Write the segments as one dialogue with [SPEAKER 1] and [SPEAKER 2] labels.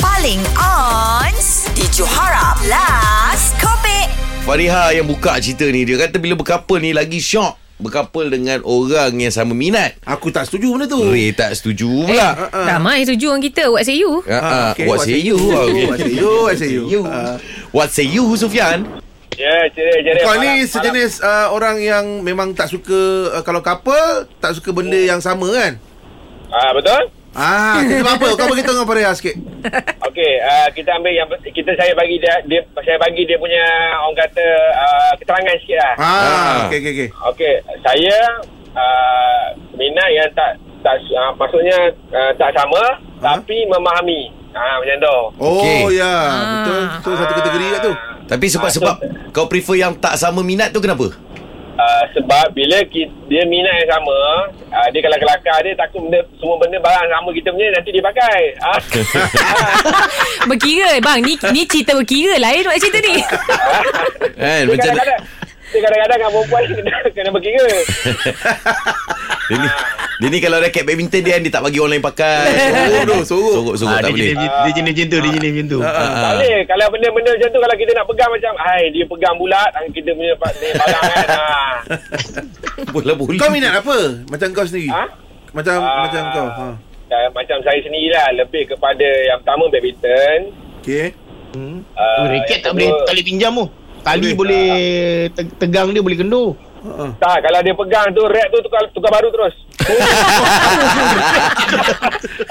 [SPEAKER 1] paling on di Johara Plus Kopi.
[SPEAKER 2] Fariha yang buka cerita ni Dia kata bila berkapal ni lagi syok Berkapal dengan orang yang sama minat
[SPEAKER 3] Aku tak setuju benda tu.
[SPEAKER 2] Ray tak setuju
[SPEAKER 4] Eh,
[SPEAKER 2] pula
[SPEAKER 3] Ah.
[SPEAKER 4] Ramai tujuan kita What say you
[SPEAKER 2] eh, uh,
[SPEAKER 3] okay,
[SPEAKER 2] okay, What say you
[SPEAKER 3] ha, What say you? What say you? Ah.
[SPEAKER 2] What say you Sufyan
[SPEAKER 5] Ya, cerai, cerai.
[SPEAKER 3] Kau ni
[SPEAKER 5] Malam-
[SPEAKER 3] sejenis uh, orang yang memang tak suka uh, kalau couple tak suka benda
[SPEAKER 5] Oh.
[SPEAKER 3] yang sama kan?
[SPEAKER 5] malam. Ah, betul?
[SPEAKER 3] Ah, kenapa apa? Kau beritahu dengan Faria sikit.
[SPEAKER 5] Okey, ah, kita ambil yang kita saya bagi dia, dia saya bagi dia punya orang kata ah, keterangan sikit lah.
[SPEAKER 3] Ah,
[SPEAKER 2] Ah.
[SPEAKER 3] okey okey okey.
[SPEAKER 5] Okey, saya ah, minat yang tak tak ah, maksudnya ah, tak sama tapi memahami. Ah, macam tu.
[SPEAKER 3] Ha? Oh
[SPEAKER 2] Okey.
[SPEAKER 3] ya,
[SPEAKER 5] Ah.
[SPEAKER 3] yeah. betul betul satu kategori kat tu.
[SPEAKER 2] Tapi sebab-sebab Kau prefer yang tak sama minat tu kenapa?
[SPEAKER 5] Ah, sebab bila kita, dia minat yang sama, ah, dia kalau kelakar dia takut benda, semua benda barang sama kita punya nanti dia pakai. Ah.
[SPEAKER 4] Berkira Bang ni, ni cerita berkira Lain buat cerita ni
[SPEAKER 2] Kan
[SPEAKER 5] Dia
[SPEAKER 2] macam
[SPEAKER 5] kadang-kadang dia kadang-kadang dengan perempuan ni kena, kena berkira.
[SPEAKER 2] dia ni, dia ni kalau raket badminton dia Dia tak bagi orang lain pakai
[SPEAKER 3] Sorok tu, sorok.
[SPEAKER 2] Sorok sorok
[SPEAKER 6] Ah,
[SPEAKER 2] tak boleh Ah,
[SPEAKER 6] dia jenis dia jenis macam tu, dia jenis macam tu.
[SPEAKER 5] Tak boleh. Kalau benda-benda macam tu, kalau kita nak pegang macam, hai, dia pegang bulat, ah, kita punya pa- ni barang kan. Ah.
[SPEAKER 2] Bola-bola
[SPEAKER 3] Kau minat apa? Macam kau sendiri.
[SPEAKER 5] Ha?
[SPEAKER 3] Macam
[SPEAKER 5] Ah.
[SPEAKER 3] macam kau. Ha.
[SPEAKER 5] Dan, macam saya sendirilah, lebih kepada yang pertama badminton.
[SPEAKER 3] Okey.
[SPEAKER 5] Uh,
[SPEAKER 6] Oh,
[SPEAKER 5] yang
[SPEAKER 6] Raket tak
[SPEAKER 5] kedua-
[SPEAKER 6] boleh tak boleh pinjam tu.
[SPEAKER 3] Boleh.
[SPEAKER 6] Tali boleh te- tegang dia boleh kendur.
[SPEAKER 3] Ha. ah.
[SPEAKER 5] Tak, kalau dia pegang tu, rap tu tukar, tukar baru terus.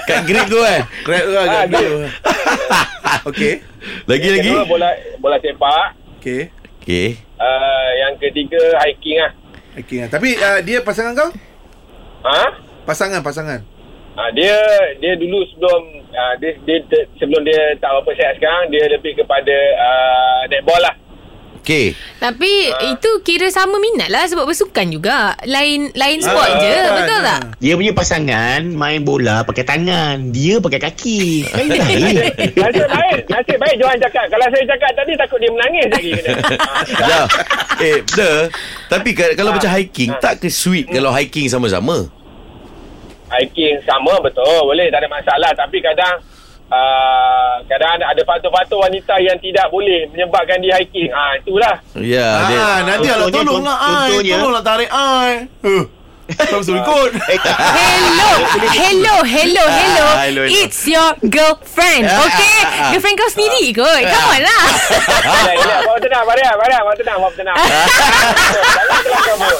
[SPEAKER 2] Kat grip tu eh
[SPEAKER 3] Correct lah
[SPEAKER 5] Ah,
[SPEAKER 3] kat
[SPEAKER 5] dia-
[SPEAKER 3] tu. Okey.
[SPEAKER 5] Yang
[SPEAKER 2] Lagi-lagi
[SPEAKER 5] kedua, bola, bola sepak.
[SPEAKER 3] Okey.
[SPEAKER 2] Okay
[SPEAKER 5] Uh, yang ketiga, hiking lah.
[SPEAKER 3] Okey. ah. Tapi uh, dia pasangan kau?
[SPEAKER 5] Ha?
[SPEAKER 3] Pasangan, pasangan.
[SPEAKER 5] Ha, dia dia dulu sebelum ha, dia, dia, dia sebelum dia tak apa sihat sekarang dia lebih kepada uh, netball lah.
[SPEAKER 2] Okay
[SPEAKER 4] Tapi Itu kira sama minat lah Sebab bersukan juga Lain lain
[SPEAKER 3] Ah,
[SPEAKER 4] sport je
[SPEAKER 3] kan,
[SPEAKER 4] Betul tak
[SPEAKER 3] ah.
[SPEAKER 6] Dia punya pasangan main bola pakai tangan, dia pakai kaki. Kan dia lain.
[SPEAKER 5] Nasib baik, nasib baik Johan cakap. Kalau saya cakap tadi takut dia menangis lagi kena.
[SPEAKER 2] Ya. Eh, betul. Tapi ka-
[SPEAKER 6] Ha.
[SPEAKER 2] kalau macam hiking, tak ke sweet kalau hiking sama-sama?
[SPEAKER 5] Hiking sama betul, boleh tak ada masalah tapi kadang uh, kadang ada, ada patut-patut wanita yang tidak boleh menyebabkan dia hiking. Ah itulah.
[SPEAKER 2] Ya, dia.
[SPEAKER 3] Ah, Nadia lah
[SPEAKER 6] Contohnya,
[SPEAKER 3] tolonglah ai.
[SPEAKER 6] contohnya-
[SPEAKER 3] Tolonglah tarik ai. Huh. Kau suruh ikut.
[SPEAKER 4] Hello Hello Hello Hello
[SPEAKER 2] Ah, hello, hello.
[SPEAKER 4] It's your girlfriend
[SPEAKER 2] Ah,
[SPEAKER 4] Okay
[SPEAKER 2] ah, ah.
[SPEAKER 4] Girlfriend kau sendiri kot Come on lah
[SPEAKER 5] Relax, relax. Bawa tenang, Maria, Maria, bawa tenang, bawa tenang. Jangan kelakar, Bu.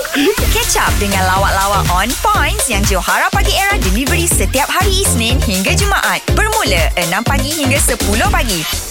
[SPEAKER 1] Catch up dengan lawak-lawak on points yang Johara Pagi Era delivery setiap hari Isnin hingga Jumaat bermula 6 pagi hingga 10 pagi.